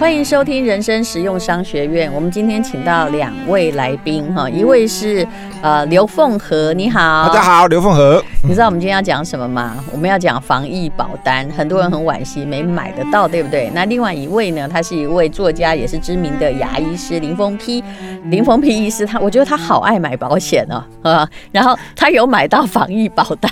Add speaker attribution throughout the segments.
Speaker 1: 欢迎收听人生实用商学院。我们今天请到两位来宾哈，一位是呃刘凤和，你好，
Speaker 2: 大家好，刘凤和。
Speaker 1: 你知道我们今天要讲什么吗？我们要讲防疫保单，很多人很惋惜没买得到，对不对？那另外一位呢，他是一位作家，也是知名的牙医师林峰批，林峰批医师，他我觉得他好爱买保险哦， 啊，然后他有买到防疫保单，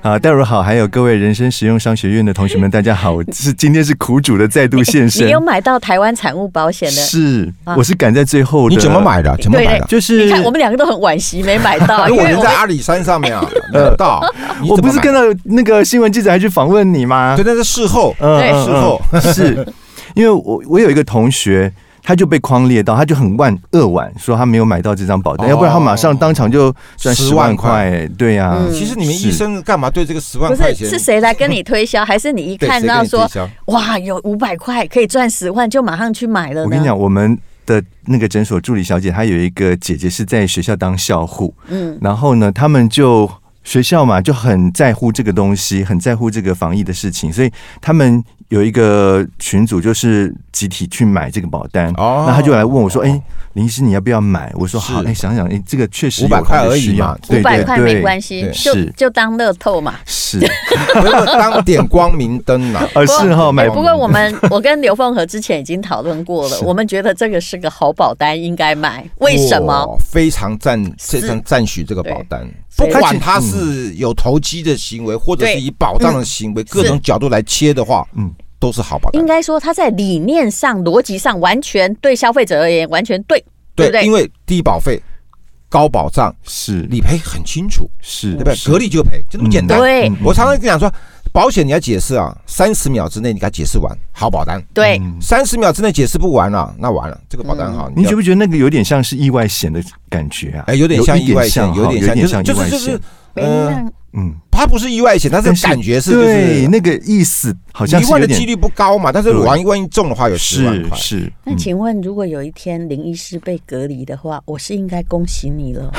Speaker 3: 啊，戴茹好，还有各位人生实用商学院的同学们，大家 好，我是今天是苦主的再度现身
Speaker 1: 你，有买到台湾产物保险的？
Speaker 3: 是
Speaker 1: 啊，
Speaker 3: 我是赶在最后的，
Speaker 2: 你怎么？买的？怎么买的？
Speaker 3: 就是
Speaker 1: 你看，我们两个都很惋惜没买到，
Speaker 2: 哎因为我
Speaker 1: 我
Speaker 2: 人
Speaker 1: 们
Speaker 2: 在阿里山 上面啊，买得到。你
Speaker 3: 我
Speaker 2: 怎么
Speaker 3: 不是
Speaker 2: 买
Speaker 3: 跟了那个新闻记者还去访问你吗
Speaker 2: 对，？那是事后。
Speaker 3: 嗯
Speaker 1: 对
Speaker 3: 嗯
Speaker 2: 事后
Speaker 3: 嗯 是因为我我有一个同学。他就被框列到，他就很万扼腕，说他没有买到这张保单，
Speaker 2: 哦
Speaker 3: 要不然他马上当场就赚
Speaker 2: 10
Speaker 3: 十
Speaker 2: 万
Speaker 3: 万块。对呀、
Speaker 1: 嗯
Speaker 2: 其实你们
Speaker 3: 是
Speaker 2: 医生干嘛对这个十万
Speaker 1: 不
Speaker 2: 块
Speaker 1: 是
Speaker 2: 钱？
Speaker 1: 是谁来跟你推销，还是你一
Speaker 2: 对
Speaker 1: 看
Speaker 2: 谁
Speaker 1: 到
Speaker 2: 跟你
Speaker 1: 说
Speaker 2: 推销
Speaker 1: 哇有五百块可以赚十万，就马上去买了呢？
Speaker 3: 我跟你讲，我们的那个诊所助理小姐，她有一个姐姐是在学校当校护，
Speaker 1: 嗯，
Speaker 3: 然后呢，他们就学校嘛就很在乎这个东西，很在乎这个防疫的事情，所以他们有一个群组就是集体去买这个保单。
Speaker 2: 哦
Speaker 3: 那他就来问我说：“哎、
Speaker 2: 哦
Speaker 3: 林医师，你要不要买？”我说：“
Speaker 2: 是
Speaker 3: 好。哎，想想，哎、这个确实有
Speaker 2: 500
Speaker 3: 它的
Speaker 2: 块而已
Speaker 3: 需要
Speaker 2: 嘛
Speaker 3: 对
Speaker 1: 五百块
Speaker 3: 对
Speaker 1: 没
Speaker 3: 对
Speaker 1: 关系，
Speaker 2: 对
Speaker 1: 就是就当乐透嘛。
Speaker 3: 是，！
Speaker 2: 不要当点光明灯啊
Speaker 3: 呃，是哈，买
Speaker 1: 哎不过我们我跟刘凤和之前已经讨论过了，我们觉得这个是个好保单，应该买。 为什么？
Speaker 2: 哇？非常赞，非
Speaker 1: 是
Speaker 2: 常赞许这个保单。
Speaker 1: 对
Speaker 2: 不
Speaker 1: 所以
Speaker 2: 管他是有投机的行为，或者是
Speaker 1: 对嗯
Speaker 2: 以保障的行为，各种角度来切的话，嗯
Speaker 3: 嗯，
Speaker 2: 都是好保单
Speaker 1: 应。该说它在理念上、逻辑上完全对消费者而言完全对，对不
Speaker 2: 对，
Speaker 1: 对
Speaker 2: 因？为低保费、高保障，
Speaker 3: 是
Speaker 2: 理赔很清楚，
Speaker 3: 是
Speaker 2: 对不对？
Speaker 3: 是
Speaker 2: 隔离就赔，就这么简单。
Speaker 1: 对
Speaker 3: 嗯
Speaker 2: 我常常跟你讲说，保险你要解释啊，三十秒之内你给它解释完，好保单；
Speaker 3: 嗯
Speaker 1: 对，
Speaker 2: 三十秒之内解释不完了、那完了，这个保单好。
Speaker 3: 嗯你
Speaker 2: 要
Speaker 3: 觉不觉得那个有点像是意外险的感觉啊？
Speaker 2: 哎，有点像
Speaker 3: 一
Speaker 2: 意外险，
Speaker 3: 哈有
Speaker 2: 点
Speaker 3: 点
Speaker 2: 像，
Speaker 3: 像意
Speaker 2: 就是
Speaker 3: 外
Speaker 2: 就
Speaker 3: 险，
Speaker 2: 是就是，
Speaker 1: 没那
Speaker 2: 呃，
Speaker 3: 嗯，
Speaker 2: 它不是意外险，但
Speaker 3: 但
Speaker 2: 是感觉是就
Speaker 3: 对
Speaker 2: 是
Speaker 3: 那个意思，好像
Speaker 2: 一
Speaker 3: 是
Speaker 2: 万
Speaker 3: 有
Speaker 2: 的几
Speaker 3: 点
Speaker 2: 率不高嘛，但是
Speaker 3: 对
Speaker 2: 万一万一中的话有十万
Speaker 3: 是
Speaker 2: 块。
Speaker 3: 是，
Speaker 1: 那
Speaker 3: 嗯
Speaker 1: 请问，如果有一天林医师被隔离的话，我是应该恭喜你 了？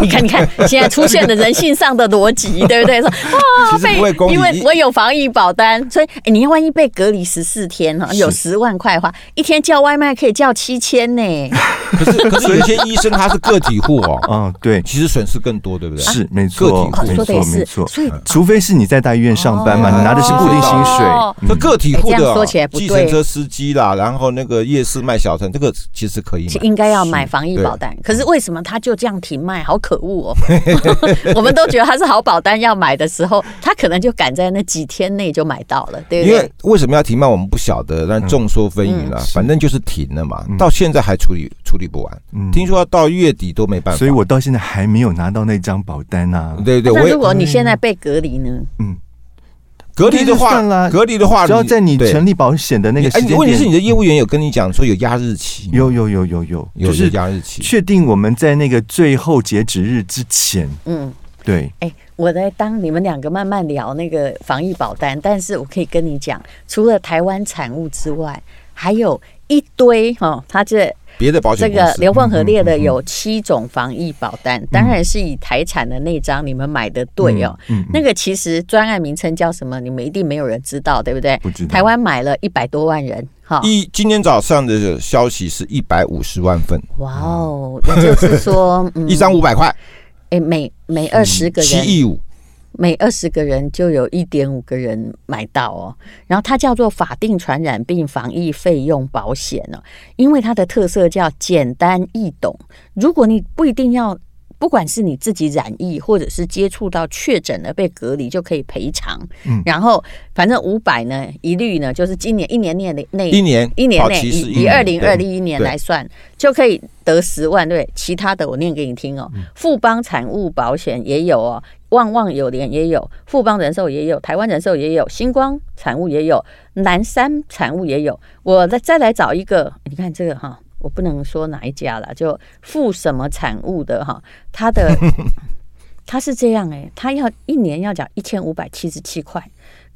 Speaker 1: 你看，你看，现在出现了人性上的逻辑，对不对？说 啊
Speaker 2: 其实不会恭喜
Speaker 1: 因为我有防疫保单，所以、哎你万一被隔离十四天哈，
Speaker 2: 是
Speaker 1: 有十万块的话，一天叫外卖可以叫七千 呢。
Speaker 2: 可 是可是有些医生他是个体户哦，
Speaker 3: 哦，对，
Speaker 2: 其实损失更多，对不对？
Speaker 3: 是没
Speaker 2: 啊个体
Speaker 3: 错
Speaker 2: 户，
Speaker 3: 没
Speaker 1: 哦说的也
Speaker 3: 错，没
Speaker 1: 是，
Speaker 3: 错。
Speaker 1: 所
Speaker 2: 嗯
Speaker 1: 以
Speaker 3: 除非是你在大医院上班嘛，
Speaker 2: 哦
Speaker 3: 你拿的是固定薪水
Speaker 1: 哦，
Speaker 3: 嗯
Speaker 2: 这个体户
Speaker 1: 哎这
Speaker 2: 的
Speaker 1: 样
Speaker 2: 哦
Speaker 1: 说起来不对
Speaker 2: 计程车司机啦，然后那个夜市卖小摊，这个其实可以
Speaker 1: 是
Speaker 2: 买。
Speaker 1: 应该要买防疫保单，可是为什么他就这样停卖？好可 恶哦！我们都觉得他是好保单要买的时候，他可能就赶在那几天内就买到了，对不
Speaker 2: 因
Speaker 1: 对嗯
Speaker 2: 为？为什么要停卖，我们不晓得，
Speaker 3: 嗯
Speaker 2: 但众说纷纭了。反正就是停了嘛，到现在还处理处理不完，听说要到月底都没办法。
Speaker 3: 嗯所以我到现在还没有拿到那张保单啊。
Speaker 2: 哦对对，我
Speaker 1: 那
Speaker 2: 也
Speaker 1: 如果你现在被隔离呢？
Speaker 2: 隔离的
Speaker 3: 那就算
Speaker 2: 话，
Speaker 3: 了
Speaker 2: 隔离的话，
Speaker 3: 只要在你
Speaker 2: 对
Speaker 3: 成立保险的那个
Speaker 2: 哎
Speaker 3: 时，间
Speaker 2: 问题是你
Speaker 3: 点，
Speaker 2: 的业务员有跟你讲说有压日期吗，
Speaker 3: 有有有有有，
Speaker 2: 有
Speaker 3: 就是
Speaker 2: 压日期，
Speaker 3: 确定我们在那个最后截止日之前，
Speaker 1: 嗯，
Speaker 3: 对，
Speaker 1: 哎、我在当你们两个慢慢聊那个防疫保单，但是我可以跟你讲，除了台湾产物之外，还有一堆哈、哦，它这
Speaker 2: 别的保
Speaker 1: 这
Speaker 2: 险公
Speaker 1: 个
Speaker 2: 司嗯
Speaker 1: 刘凤和列的有七种防疫保单，当然是以台产的那张你们买的对哦。
Speaker 3: 嗯，
Speaker 1: 那个其实专案名称叫什么，你们一定没有人知道，对不对？
Speaker 3: 不知道
Speaker 1: 台湾买了一百多万人，哈，
Speaker 2: 一今天早上的消息是一百五十万份，
Speaker 1: 哇哦，也就是说，嗯
Speaker 2: 一张五百块，
Speaker 1: 哎、每每二十个
Speaker 2: 七
Speaker 1: 人，
Speaker 2: 亿五，
Speaker 1: 每二十个人就有一点五个人买到哦。然后它叫做法定传染病防疫费用保险哦，因为它的特色叫简单易懂。如果你不一定要，不管是你自己染疫，或者是接触到确诊了被隔离，就可以赔偿。嗯，然后反正五百呢，一律呢就是今年一年内内
Speaker 2: 一年
Speaker 1: 一年
Speaker 2: 保
Speaker 1: 内
Speaker 2: 期是
Speaker 1: 以以
Speaker 2: 一
Speaker 1: 二
Speaker 2: 年
Speaker 1: 零二
Speaker 2: 对
Speaker 1: 一年
Speaker 2: 对
Speaker 1: 来算，就可以得十万。对，其他的我念给你听哦。
Speaker 2: 嗯
Speaker 1: 富邦产物保险也有哦，旺旺有联也有，富邦人寿也有，台湾人寿也有，星光产物也有，南山产物也有。我再再来找一个，你看这个哈。我不能说哪一家了，就富什么产物的哈，它的它是这样哎、它要一年要缴一千五百七十七块，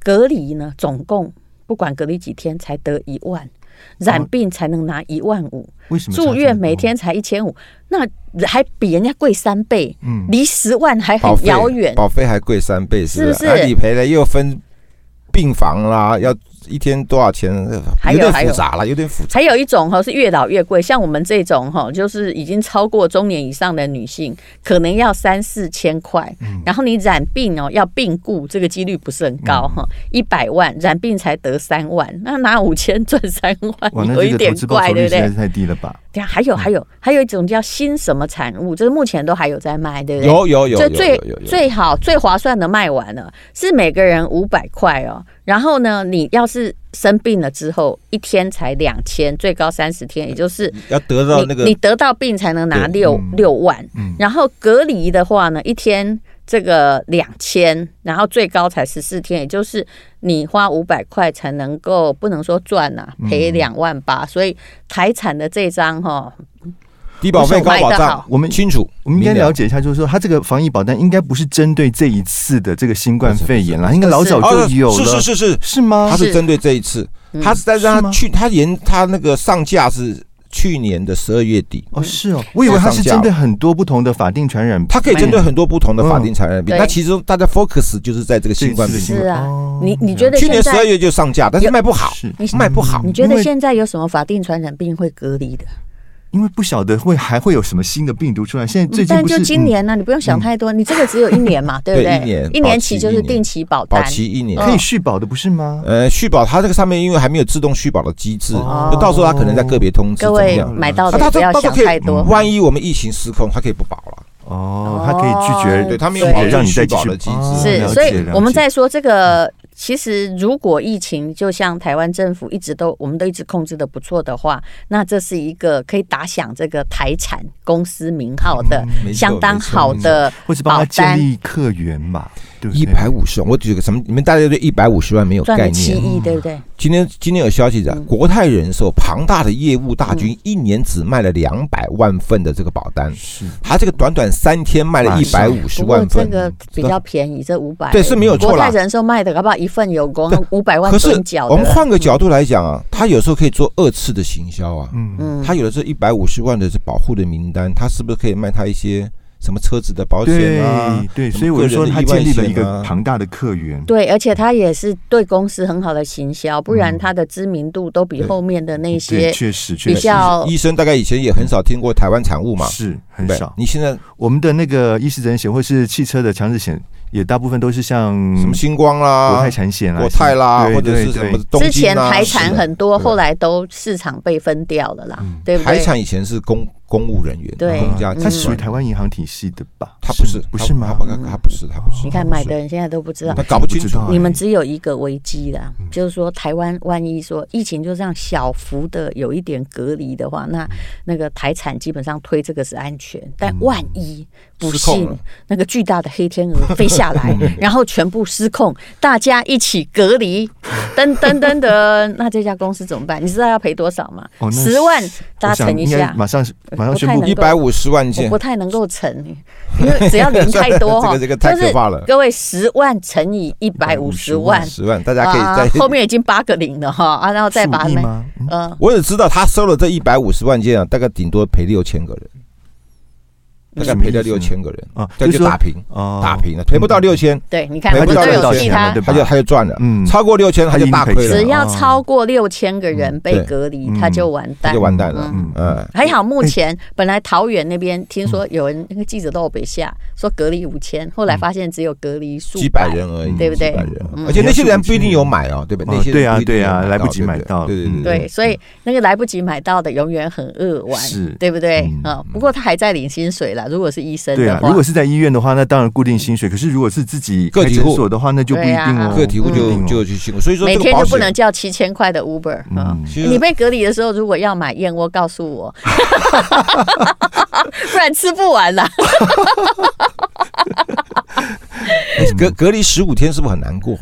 Speaker 1: 隔离呢总共不管隔离几天才得一万，染病才能拿一万五，
Speaker 3: 为什么差这
Speaker 1: 住
Speaker 3: 么
Speaker 1: 院每
Speaker 3: 多
Speaker 1: 天才一千五，那还比人家贵三倍，离十万还
Speaker 2: 保
Speaker 1: 很哎
Speaker 2: 费
Speaker 1: 遥远。
Speaker 2: 保费还贵三倍，是
Speaker 1: 是
Speaker 2: 啊
Speaker 1: 不是
Speaker 2: 不是？那理赔呢又分病房啦，要一天多少钱，
Speaker 1: 还有
Speaker 2: 有点复杂了，有点复杂。
Speaker 1: 还有一种哈是越老越贵，像我们这种哈，就是已经超过中年以上的女性，可能要三四千块。
Speaker 3: 嗯
Speaker 1: 然后你染病哦，要病故，这个几率不是很高
Speaker 3: 嗯
Speaker 1: 哈，一百、万染病才得三万，那拿五千赚三
Speaker 3: 哇，
Speaker 1: 万，
Speaker 3: 那
Speaker 1: 有
Speaker 3: 这
Speaker 1: 一
Speaker 3: 个投
Speaker 1: 点
Speaker 3: 资报
Speaker 1: 怪，
Speaker 3: 酬
Speaker 1: 对
Speaker 3: 率
Speaker 1: 不
Speaker 3: 实在
Speaker 1: 对
Speaker 3: 是？太低了吧？
Speaker 1: 对啊，还有还有还有一种叫新什么产物，就是目前都还有在卖，对不对？
Speaker 2: 有有有
Speaker 1: 这
Speaker 2: 有
Speaker 1: 最
Speaker 2: 有有有，
Speaker 1: 最好最划算的卖完了，是每个人五百块哦。然后呢，你要是生病了之后，一天才两千，最高三十天，也就是
Speaker 2: 要得到
Speaker 1: 你、
Speaker 2: 那个
Speaker 1: 你得到病才能拿
Speaker 2: 对
Speaker 1: 六
Speaker 3: 嗯
Speaker 1: 六万。
Speaker 3: 嗯
Speaker 1: 然后隔离的话呢，一天这个两千，然后最高才十四天，也就是你花五百块才能够不能说赚呐、啊
Speaker 2: 嗯
Speaker 1: 赔两万八。所以台产的这张哈、
Speaker 2: 低保费高保
Speaker 1: 我想买得好
Speaker 2: 障，
Speaker 3: 我们
Speaker 2: 清楚，
Speaker 3: 我们应该
Speaker 2: 明
Speaker 3: 了解一下，就是说，它这个防疫保单应该不是针对这一次的这个新冠肺炎
Speaker 1: 嗯
Speaker 3: 啦，应该老早
Speaker 2: 哦
Speaker 3: 就有了，
Speaker 2: 是是是是，
Speaker 3: 是吗？
Speaker 2: 他
Speaker 1: 是
Speaker 2: 是针对这一次，
Speaker 1: 嗯
Speaker 2: 他是在
Speaker 3: 是
Speaker 2: 让
Speaker 3: 吗
Speaker 2: 他去，他延他那个上架是去年的十二月底，
Speaker 3: 哦，是哦，我以为它是针对很多不同的法定传染病，
Speaker 2: 它可以针对很多不同的法
Speaker 3: 嗯
Speaker 2: 定传染病。
Speaker 1: 对
Speaker 2: 那其中大家 focus 就是在这个新冠
Speaker 3: 这
Speaker 2: 病
Speaker 3: 一次
Speaker 2: 毒
Speaker 3: 的，
Speaker 1: 是啊
Speaker 3: 哦
Speaker 1: 你你觉得
Speaker 2: 去年
Speaker 1: 现
Speaker 2: 十
Speaker 1: 在
Speaker 2: 二月就上架，但是卖不好，
Speaker 3: 是
Speaker 1: 你
Speaker 2: 卖不好
Speaker 1: 你觉
Speaker 3: 因
Speaker 1: 得
Speaker 3: 为
Speaker 1: 现在有什么法定传染病会隔离的？
Speaker 3: 因为不晓得会还会有什么新的病毒出来。现在最
Speaker 1: 嗯
Speaker 3: 近
Speaker 1: 但
Speaker 3: 不是
Speaker 1: 就今年呢、啊你不用想太多，你这个只有一年 嘛，对不对？
Speaker 2: 嗯对一年保期
Speaker 1: 期就是
Speaker 2: 一年
Speaker 1: 定期保
Speaker 2: 保
Speaker 1: 单。
Speaker 2: 期一年
Speaker 1: 哦
Speaker 3: 嗯。可以续保的，不是吗？
Speaker 2: 呃，续保它这个上面因为还没有自动续保的机制，
Speaker 3: 哦
Speaker 2: 就到时候它可能在个别通
Speaker 1: 各
Speaker 2: 知怎么
Speaker 1: 位
Speaker 2: 样。
Speaker 1: 买到
Speaker 2: 啊
Speaker 1: 的
Speaker 2: 它
Speaker 1: 不
Speaker 2: 这
Speaker 1: 要
Speaker 2: 到时
Speaker 1: 想
Speaker 2: 候可以
Speaker 1: 太多，
Speaker 2: 万一我们疫情失控，它可以不保了。
Speaker 3: 哦，它可以拒绝，
Speaker 1: 哦
Speaker 2: 对，它没
Speaker 1: 对
Speaker 2: 有保
Speaker 3: 是让你再
Speaker 2: 续
Speaker 3: 继
Speaker 2: 保
Speaker 3: 续
Speaker 2: 的机
Speaker 3: 哦
Speaker 2: 制。
Speaker 1: 是
Speaker 3: 了，解
Speaker 1: 所以
Speaker 3: 了
Speaker 1: 我们
Speaker 3: 解
Speaker 1: 在说这个，
Speaker 2: 嗯
Speaker 1: 其实如果疫情就像台湾政府一直都我们都一直控制的不错的话，那这是一个可以打响这个台产公司名号的
Speaker 2: 嗯没错
Speaker 1: 相当
Speaker 2: 没错
Speaker 1: 好
Speaker 2: 没错
Speaker 1: 的
Speaker 3: 或者帮
Speaker 1: 保
Speaker 3: 他建
Speaker 1: 单，
Speaker 3: 立客源吧，对不对？
Speaker 2: 一百五十万，我举个什么？你们大家对一百五十万没有
Speaker 1: 赚
Speaker 2: 概
Speaker 1: 了七嗯
Speaker 2: 念？
Speaker 1: 亿，对不对？
Speaker 2: 今天今天有消息讲，国泰人寿庞大的业务大
Speaker 1: 嗯
Speaker 2: 军，一年只卖了两百万份的这个保单，
Speaker 3: 是
Speaker 2: 他这个短短三天卖了
Speaker 3: 马
Speaker 2: 一
Speaker 3: 上
Speaker 2: 百五十
Speaker 1: 不过
Speaker 2: 万
Speaker 1: 这
Speaker 2: 份，
Speaker 1: 个比较便宜，这五百
Speaker 2: 对是没有呃错
Speaker 1: 国泰
Speaker 2: 啦。
Speaker 1: 人寿卖的，搞不好一份有功
Speaker 2: 对，
Speaker 1: 五百万
Speaker 2: 可是
Speaker 1: 趸缴的嗯
Speaker 2: 我们
Speaker 1: 啦。
Speaker 2: 换个角度来讲啊，他有时候可以做二次的行销啊，
Speaker 3: 嗯，
Speaker 1: 嗯，
Speaker 2: 他有的这一百五十万的这保护的名单，他是不是可以卖他一些什么车子的保险啊？
Speaker 3: 对对，
Speaker 2: 什么
Speaker 3: 所以我就说
Speaker 2: 个人
Speaker 3: 他
Speaker 2: 的意外
Speaker 3: 建立了一
Speaker 2: 险
Speaker 3: 个
Speaker 2: 啊
Speaker 3: 庞大的客源，
Speaker 1: 对，而且他也是对公司很好的行销，不然他的知名度都比
Speaker 2: 嗯对
Speaker 1: 后面的那
Speaker 3: 对，
Speaker 1: 些
Speaker 3: 确实确
Speaker 1: 比
Speaker 3: 实
Speaker 1: 较
Speaker 2: 医生大概以前也很少听过台湾产物嘛，
Speaker 3: 是很
Speaker 2: 对
Speaker 3: 少。
Speaker 2: 你现在
Speaker 3: 我们的那个医师责任险或是汽车的强制险，也大部分都是像
Speaker 2: 什么星光
Speaker 3: 嗯国
Speaker 2: 啦
Speaker 3: 泰、产险啊、
Speaker 2: 国泰啦，
Speaker 3: 对
Speaker 2: 或者
Speaker 3: 对
Speaker 2: 是什
Speaker 3: 对
Speaker 2: 么东
Speaker 1: 之前
Speaker 2: 京啊，
Speaker 1: 台产很多，
Speaker 2: 是的
Speaker 1: 后来都市场被分掉了啦，对不
Speaker 2: 台
Speaker 1: 对？
Speaker 2: 产以前是公公务人员，
Speaker 1: 对
Speaker 2: 公家
Speaker 1: 嗯
Speaker 2: 机关
Speaker 3: 它属于台湾银行体系的吧？
Speaker 2: 他不是
Speaker 3: 不是吗？
Speaker 2: 他他不是他不哦是，
Speaker 1: 你看买的人现在都不知道
Speaker 2: 他，搞不清
Speaker 3: 不知
Speaker 2: 楚
Speaker 3: 道。哎
Speaker 1: 你们只有一个危机啦，
Speaker 2: 嗯
Speaker 1: 就是说台湾万一说疫情就这样小幅的有一点隔离的话，
Speaker 2: 嗯
Speaker 1: 那那个台产基本上推这个是安全，但万一不
Speaker 2: 失控
Speaker 1: 幸
Speaker 2: 了
Speaker 1: 那个巨大的黑天鹅飞下 来，然后全部失控，大家一起隔 离，噔噔噔噔，那这家公司怎么办？你知道要赔多少吗
Speaker 3: 哦？那
Speaker 1: 十万，大家
Speaker 3: 我想
Speaker 1: 乘一
Speaker 3: 应该
Speaker 1: 下，
Speaker 3: 马上马上
Speaker 1: 不
Speaker 3: 宣
Speaker 1: 太
Speaker 3: 布
Speaker 1: 能
Speaker 2: 一
Speaker 1: 够
Speaker 2: 百五十万
Speaker 1: 我
Speaker 2: 件
Speaker 1: 不，太能够乘，因为只要零太多哈，
Speaker 2: 这个这个太可怕了
Speaker 1: 就是各位十万乘以一百五十万，
Speaker 2: 十万，大家可
Speaker 1: 啊
Speaker 2: 以，在
Speaker 1: 后。面已经八个零了哈啊，然后再把它
Speaker 3: 数亿
Speaker 1: 们，
Speaker 3: 吗？嗯
Speaker 1: 呃，
Speaker 2: 我只知道他收了这一百五十万件啊，大概顶多赔六千个人，大
Speaker 1: 嗯
Speaker 2: 概赔掉
Speaker 3: 嗯什么
Speaker 2: 六
Speaker 3: 意思
Speaker 2: 千个人，
Speaker 3: 啊，
Speaker 2: 这就打平，
Speaker 3: 哦
Speaker 2: 打平了，赔不到六千，
Speaker 1: 对，你看
Speaker 2: 没
Speaker 1: 我
Speaker 2: 不
Speaker 1: 都
Speaker 2: 到
Speaker 1: 有
Speaker 2: 人
Speaker 1: 替
Speaker 2: 钱
Speaker 1: 他
Speaker 3: 了对，吧
Speaker 2: 他就他就赚了，
Speaker 3: 嗯
Speaker 2: 超过六千他
Speaker 3: 他已
Speaker 2: 就
Speaker 3: 经
Speaker 2: 大亏
Speaker 3: 赔钱
Speaker 1: 只
Speaker 2: 了，
Speaker 1: 要超过六千个人被
Speaker 2: 对
Speaker 1: 隔离，
Speaker 3: 哦嗯哎
Speaker 1: 他就完
Speaker 2: 他
Speaker 1: 蛋
Speaker 2: 就。完蛋了，
Speaker 3: 嗯
Speaker 2: 嗯，
Speaker 1: 还好，目前本来桃园那边听说有人那个记者都有被吓，说隔离五千，后
Speaker 3: 嗯
Speaker 1: 来发现只有隔离数
Speaker 2: 几百人而已，
Speaker 1: 对不对
Speaker 2: 几百人
Speaker 1: 嗯
Speaker 2: 而且那些人不一定有买哦，对不对？
Speaker 3: 哦
Speaker 2: 那些
Speaker 3: 对啊
Speaker 2: 人不一定有
Speaker 3: 对啊
Speaker 2: 买到
Speaker 3: 来不及买
Speaker 2: 对
Speaker 3: 到
Speaker 2: 对对
Speaker 3: 嗯
Speaker 1: 对，所以那个来不及买到的永远很扼腕
Speaker 3: 是，
Speaker 1: 对不对
Speaker 3: 嗯？
Speaker 1: 啊，不过他还在领薪水啦。如果是医生
Speaker 3: 对
Speaker 1: 的
Speaker 3: 啊，
Speaker 1: 话，
Speaker 3: 如果是在医院的话，那当然固定薪水。可是如果是自己
Speaker 2: 个
Speaker 3: 开
Speaker 2: 体
Speaker 3: 诊
Speaker 2: 户
Speaker 3: 所的话，那就不一
Speaker 1: 对啊
Speaker 3: 定哦。
Speaker 2: 个体户
Speaker 3: 不一
Speaker 2: 就
Speaker 3: 定哦
Speaker 1: 啊
Speaker 2: 就去辛苦，所以说
Speaker 1: 每
Speaker 2: 这个
Speaker 1: 天
Speaker 2: 保
Speaker 1: 就不能
Speaker 2: 险，
Speaker 1: 叫七千块的 Uber 啊。
Speaker 3: 嗯
Speaker 2: 其
Speaker 1: 你
Speaker 2: 实
Speaker 1: 被隔离的时候，如果要买燕窝，告诉我， 不然吃不完 啦。
Speaker 2: 隔隔离十五天是不是很难过？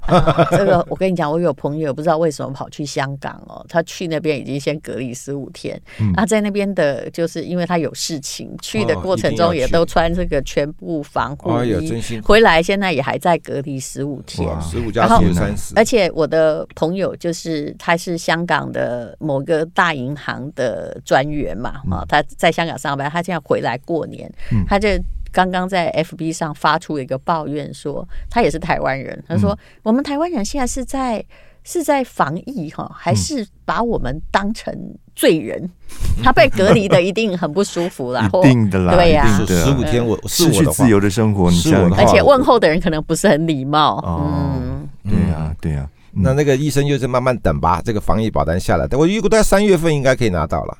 Speaker 1: 啊这个我跟你讲，我有朋友不知道为什么跑去香港哦，他去那边已经先隔离十五天，他在那边的就是因为他有事情，去的
Speaker 2: 嗯哦
Speaker 1: 过程
Speaker 2: 一定要
Speaker 1: 中也
Speaker 2: 去
Speaker 1: 都穿这个全部防护
Speaker 2: 哎呦
Speaker 1: 衣
Speaker 2: 真辛，苦啊
Speaker 1: 回来现在也还在隔离十五天。
Speaker 3: 哇
Speaker 2: 十五
Speaker 1: 嗯然后
Speaker 2: 加十三十，
Speaker 1: 而且我的朋友就是他是香港的某个大银
Speaker 3: 嗯
Speaker 1: 行的专员嘛，啊、他在香港上班，他现在回来过年，他就刚刚在 FB 上发出一个抱怨说，他也是台湾人，他说、
Speaker 3: 嗯
Speaker 1: 我们台湾人现在是在是在防疫哈，还是把我们当成罪人？ 他被隔离的一定很不舒服啦，或
Speaker 3: 一定的啦，
Speaker 1: 嗯对啊呀、
Speaker 3: 一定
Speaker 2: 十五
Speaker 3: 的，
Speaker 2: 天我是
Speaker 3: 失
Speaker 2: 我
Speaker 3: 去
Speaker 2: 的话
Speaker 3: 自，由的生活，你
Speaker 2: 是
Speaker 3: 想
Speaker 2: 我
Speaker 3: 想
Speaker 2: 的
Speaker 3: 看
Speaker 1: 而
Speaker 2: 话
Speaker 1: 且问候的人可能不是很礼貌，
Speaker 3: 哦
Speaker 1: 嗯。
Speaker 3: 对呀，对啊呀，
Speaker 2: 那那个医生就是慢慢等吧，这个防疫保单下来，但我预估到三月份应该可以拿到了。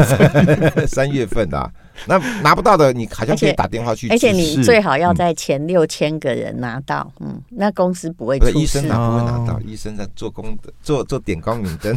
Speaker 2: 三月份啊，那拿不到的你好像可
Speaker 1: 而
Speaker 2: 以
Speaker 1: 且
Speaker 2: 打电话去指示，嗯
Speaker 1: 而且你最好要在前六千个人拿到，嗯，那公司不会
Speaker 2: 不是
Speaker 1: 出
Speaker 2: 医生
Speaker 1: 事
Speaker 2: 拿。不会拿到
Speaker 3: 哦，
Speaker 2: 医生在做工的做做点光明 灯。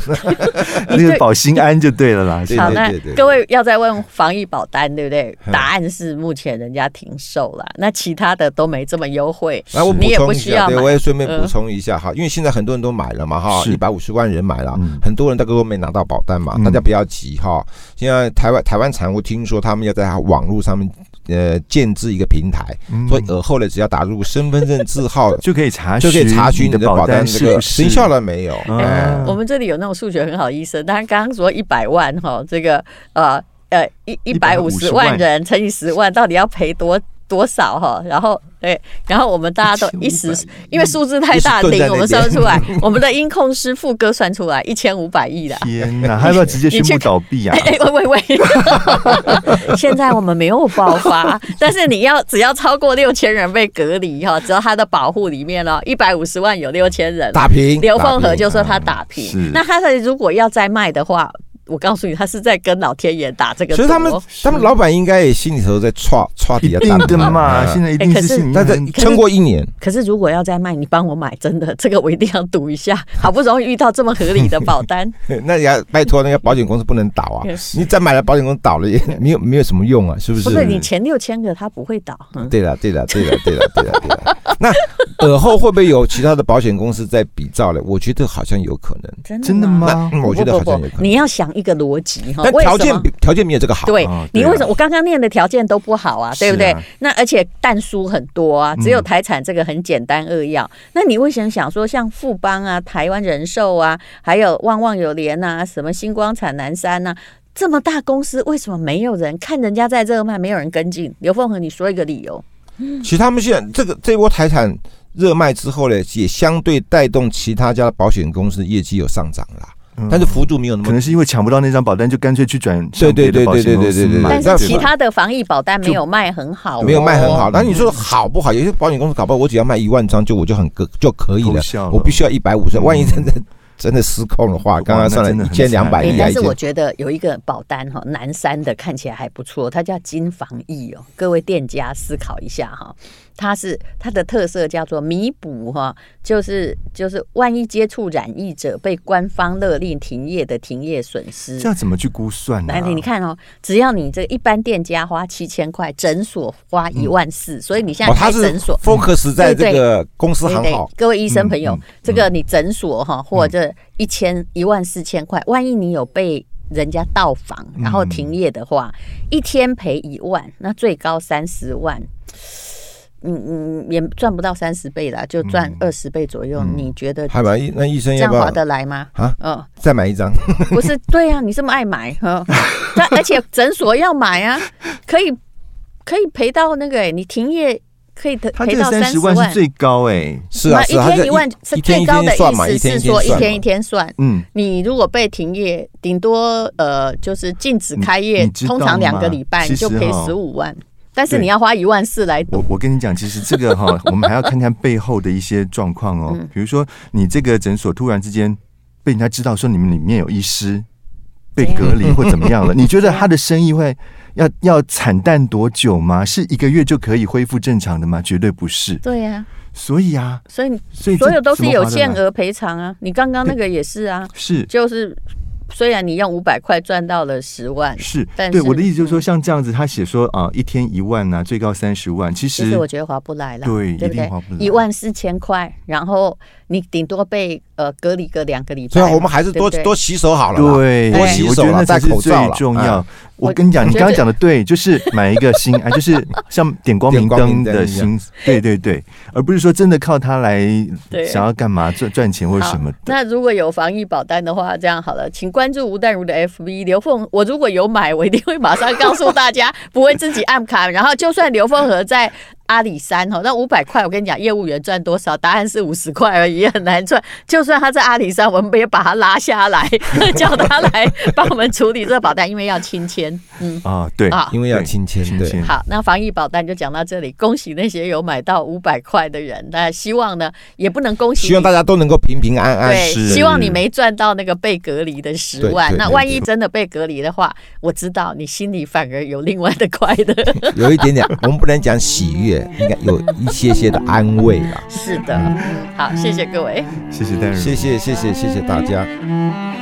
Speaker 3: 那个保心安就对了啦，
Speaker 2: 对
Speaker 1: 好，
Speaker 2: 对
Speaker 1: 那
Speaker 2: 对对
Speaker 1: 各位要再问防疫保单，对不对？
Speaker 2: 嗯
Speaker 1: 答案是目前人家停售了，那其他的都没这么优惠，
Speaker 2: 来，我补
Speaker 1: 你也
Speaker 2: 充
Speaker 1: 不
Speaker 2: 一
Speaker 1: 需要
Speaker 2: 下，对，
Speaker 1: 买
Speaker 2: 我也顺便
Speaker 1: 嗯
Speaker 2: 补充一下哈，因为现在很多人都买了嘛哈，
Speaker 3: 是
Speaker 2: 一百五十万人买了
Speaker 3: 嗯，
Speaker 2: 很多人都都没拿到保单嘛
Speaker 3: 嗯，
Speaker 2: 大家不要急哈。现在台湾台湾产物听说他们要在网络上面呃建置一个平台，
Speaker 3: 嗯
Speaker 2: 所以而后呢，只要打入身份证字 号
Speaker 3: 就可以查
Speaker 2: 就可以查询
Speaker 3: 你
Speaker 2: 你啊的
Speaker 3: 保
Speaker 2: 保单
Speaker 3: 是
Speaker 2: 这
Speaker 3: 不
Speaker 2: 个
Speaker 3: 是
Speaker 2: 生效了没有。
Speaker 3: 啊
Speaker 2: 哎
Speaker 1: 我们这里有那种数学很好的医生，当然刚刚说一百万哈，这个呃呃一一百五
Speaker 3: 150
Speaker 1: 十
Speaker 3: 万
Speaker 1: 万人乘以十万，到底要赔多多少哈？然后对，然后我们大家都一时
Speaker 3: 1500
Speaker 1: 因为数字太大，
Speaker 2: 一时顿在
Speaker 1: 零我们
Speaker 2: 那边
Speaker 1: 算不出 来，我们的音控师傅哥算出来一千五百亿的。
Speaker 3: 天哪，还要不要直接宣布倒闭 啊
Speaker 1: 哎？哎，喂喂 喂！现在我们没有爆发，但是你要只要超过六千人被隔离哈，只要他的保护里面哦，一百五十万有六千人，
Speaker 2: 打平，
Speaker 1: 刘凤和就
Speaker 2: 打平
Speaker 1: 说他打平，
Speaker 3: 是
Speaker 1: 那他的如果要再卖的话，我告诉你，他是在跟老天爷打这个赌哦。
Speaker 2: 所以他们他们老板应该也心里头在歘歘
Speaker 3: 一
Speaker 2: 底下
Speaker 3: 定
Speaker 2: 打
Speaker 3: 的
Speaker 2: 平
Speaker 3: 嘛，现在一定
Speaker 1: 哎可
Speaker 3: 是
Speaker 1: 是
Speaker 3: 心里面
Speaker 2: 但是撑过一年，
Speaker 1: 可是如果要再卖，你帮我买，真的，这 个我一定要赌一下。好不容易遇到这么合理的保单，
Speaker 2: 那也要拜托那个保险公司不能倒啊！
Speaker 1: 是
Speaker 2: 你再买了保险公司倒了也没有没有什么用啊， 是不是？
Speaker 1: 不是你前六千个他不会倒，嗯
Speaker 2: 对了，对了，对了，对了，对了，对了。 那尔后会不会有其他的保险公司在比照嘞？我觉得好像有可能。
Speaker 1: 真
Speaker 3: 真的
Speaker 1: 吗？
Speaker 3: 吗？
Speaker 2: 嗯我觉得
Speaker 1: 不
Speaker 2: 好
Speaker 1: 不
Speaker 2: 像
Speaker 1: 不
Speaker 2: 有可能。
Speaker 1: 你要想一个逻辑哈，
Speaker 2: 但
Speaker 1: 为
Speaker 2: 条
Speaker 1: 什
Speaker 2: 件
Speaker 1: 么
Speaker 2: 比？条件没有这个好。
Speaker 1: 对
Speaker 3: 哦对
Speaker 1: 你
Speaker 3: 啊
Speaker 1: 为什么我刚刚念的条件都不好啊，对不对
Speaker 3: 是啊？
Speaker 1: 那而且蛋书很多啊，只有
Speaker 3: 嗯
Speaker 1: 台产这个很简单扼要。那你为什么想说像富邦啊、台湾人寿啊，还有旺旺有联啊、什么星光产南山啊，这么大公司为什么没有人看人家在热卖，没有人跟进？刘凤和，你说一个理由。
Speaker 2: 其实他们现在这个这波台产热卖之后呢，也相对带动其他家的保险公司的业绩有上涨啦，
Speaker 3: 嗯
Speaker 2: 但是幅度没有那
Speaker 3: 可
Speaker 2: 么。
Speaker 3: 能是因为抢不到那张保单，就干脆去转
Speaker 2: 对对对对对对对对对
Speaker 1: 但
Speaker 2: 对
Speaker 1: 是
Speaker 2: 哎那
Speaker 1: 其他的防疫保单没有卖很好、
Speaker 2: 没有卖很好，
Speaker 1: 哦。
Speaker 2: 那你说好不好？有些保险公司搞不好，我只要卖一万张就我就很可就可以
Speaker 3: 偷
Speaker 2: 了
Speaker 3: 笑了，嗯
Speaker 2: 我必须要一百五十。万一真的真的失控的话，刚刚算了
Speaker 3: 那真的
Speaker 2: 一
Speaker 3: 很
Speaker 2: 千两百
Speaker 1: 哎
Speaker 2: 亿啊，
Speaker 1: 但
Speaker 2: 一
Speaker 1: 是
Speaker 2: 千
Speaker 1: 我觉得有一个保单哈，南山的看起来还不错，它叫金防疫哦。各位店家思考一下哈，它是它的特色叫做弥补哈，就是就是万一接触染疫者被官方勒令停业的停业损失
Speaker 3: 这。要怎么去估算啊呢、
Speaker 1: 来，你看哦，只要你这个一般店家花七千块，诊所花一万四、所以你现在
Speaker 2: 哦，他
Speaker 1: 开
Speaker 2: 是
Speaker 1: 诊所，
Speaker 2: focus 在这
Speaker 1: 对对
Speaker 2: 个公司
Speaker 1: 对
Speaker 2: 行
Speaker 1: 对
Speaker 2: 号，
Speaker 1: 各位医生朋友，
Speaker 2: 嗯嗯
Speaker 1: 这个你诊所
Speaker 3: 嗯
Speaker 1: 哈，或者一千一万四千块，万一你有被人家到访，然后停业的
Speaker 3: 嗯
Speaker 1: 话，一天赔一万，那最高三十万。嗯嗯，也赚不到三十倍啦，就赚
Speaker 3: 嗯
Speaker 1: 二十倍左右。你觉得
Speaker 2: 还
Speaker 1: 这
Speaker 2: 蛮那医生要
Speaker 1: 样
Speaker 2: 不
Speaker 1: 划
Speaker 2: 要
Speaker 1: 得来吗？
Speaker 2: 啊？
Speaker 1: 嗯，
Speaker 2: 再买一张？
Speaker 1: 不是，对啊，你这么爱买， 呵但而且诊所要买啊，可以可以赔到那个、欸，你停业可以得
Speaker 3: 他
Speaker 1: 赔
Speaker 3: 这个
Speaker 1: 到
Speaker 3: 三
Speaker 1: 三
Speaker 3: 十
Speaker 1: 十
Speaker 3: 万
Speaker 1: 万
Speaker 3: 是最高哎、
Speaker 2: 是啊，
Speaker 1: 那
Speaker 2: 是
Speaker 1: 一
Speaker 2: 啊，他
Speaker 1: 天
Speaker 2: 就
Speaker 1: 一万是
Speaker 2: 一
Speaker 1: 最高的
Speaker 2: 天算嘛，
Speaker 1: 意
Speaker 2: 一
Speaker 1: 思
Speaker 2: 天
Speaker 1: 是说一
Speaker 2: 算嘛
Speaker 1: 天一天算。
Speaker 3: 嗯，
Speaker 1: 你如果被停业，顶多呃就是禁止开
Speaker 3: 你
Speaker 1: 业，
Speaker 2: 嗯
Speaker 3: 你知道
Speaker 1: 通常两个礼
Speaker 3: 吗
Speaker 1: 拜
Speaker 3: 其
Speaker 1: 你
Speaker 3: 实
Speaker 1: 就赔
Speaker 3: 哈
Speaker 1: 十五万，但是
Speaker 3: 对
Speaker 1: 你要花一万四来赌
Speaker 3: 我。我跟你讲，其实这个 哈，我们还要看看背后的一些状况哦。
Speaker 1: 嗯
Speaker 3: 比如说，你这个诊所突然之间被人家知道说你们里面有医师被隔离或怎 么样了，你觉得他的生意会要要惨淡多久吗？是一个月就可以恢复正常的吗？绝对不是。
Speaker 1: 对呀、
Speaker 2: 哎
Speaker 3: 所以啊，
Speaker 1: 所以
Speaker 3: 所以这
Speaker 1: 所有都是有
Speaker 3: 怎么划
Speaker 1: 限
Speaker 3: 得来，
Speaker 1: 额赔偿啊。你刚刚那个也是啊，
Speaker 3: 是
Speaker 1: 就是虽然你用五百块赚到了十万，
Speaker 3: 是，
Speaker 1: 但
Speaker 3: 对
Speaker 1: 是嗯
Speaker 3: 我的意思就是说，像这样子，他写说啊，一天一万呐、最高三十万，其
Speaker 1: 其实
Speaker 3: 实
Speaker 1: 我觉得划不来了，
Speaker 3: 对
Speaker 1: 对
Speaker 3: 一
Speaker 1: 不
Speaker 3: 定
Speaker 1: 对
Speaker 3: 划不来？
Speaker 1: 一万四千块，然后你顶多被呃隔离个两个礼拜
Speaker 2: 所
Speaker 1: 嘛。
Speaker 2: 以我们还是多
Speaker 1: 对不对
Speaker 2: 多洗手好了啦，
Speaker 3: 对，
Speaker 2: 多
Speaker 3: 哎
Speaker 2: 洗
Speaker 3: 我觉
Speaker 2: 手
Speaker 3: 得
Speaker 2: 了，
Speaker 3: 那才
Speaker 2: 戴
Speaker 3: 是
Speaker 2: 口
Speaker 3: 最
Speaker 2: 罩了，
Speaker 3: 重
Speaker 2: 哎
Speaker 3: 要。我
Speaker 1: 我
Speaker 3: 跟你讲，你
Speaker 1: 觉
Speaker 3: 刚刚
Speaker 1: 得
Speaker 3: 讲的对，就是买一个心安，就是像点光明
Speaker 2: 点光
Speaker 3: 灯
Speaker 2: 明灯
Speaker 3: 的
Speaker 2: 一样
Speaker 3: 心，对对对，而不是说真的靠它来
Speaker 1: 对
Speaker 3: 想要干嘛赚赚钱或
Speaker 1: 好
Speaker 3: 什么的。
Speaker 1: 那如果有防疫保单的话，这样好了，请观关注吴淡如的 FB，刘凤，我如果有买，我一定会马上告诉大家，不会自己按卡。然后就算刘凤和在阿里山哈，那五百块，我跟你讲，业务员赚多少？答案是五十块而已，也很难赚。就算他在阿里山，我们也把他拉下来， 叫他来帮我们处理这个保单，因为要亲 签。嗯，
Speaker 3: 啊，对，
Speaker 1: 啊
Speaker 2: 因为要哎亲签
Speaker 3: 亲
Speaker 2: 对。
Speaker 3: 签
Speaker 1: 好，那防疫保单就讲到这里。恭喜那些有买到五百块的人，那希望呢，也不能恭喜你，
Speaker 2: 希望大家都能够平平安安。
Speaker 1: 对，
Speaker 3: 是
Speaker 1: 希望你没赚到那个被隔离的十万。
Speaker 2: 哎对对
Speaker 1: 那
Speaker 2: 对
Speaker 1: 万一真的被隔离的话，我知道你心里反而有另外的快 乐。
Speaker 3: 嗯
Speaker 2: 有一点点，我们不能讲喜悦，应该有一些些的安慰啦。
Speaker 1: 是的，嗯好，谢谢各位。
Speaker 3: 谢谢戴茹。
Speaker 2: 谢谢谢谢谢谢大家。
Speaker 4: thank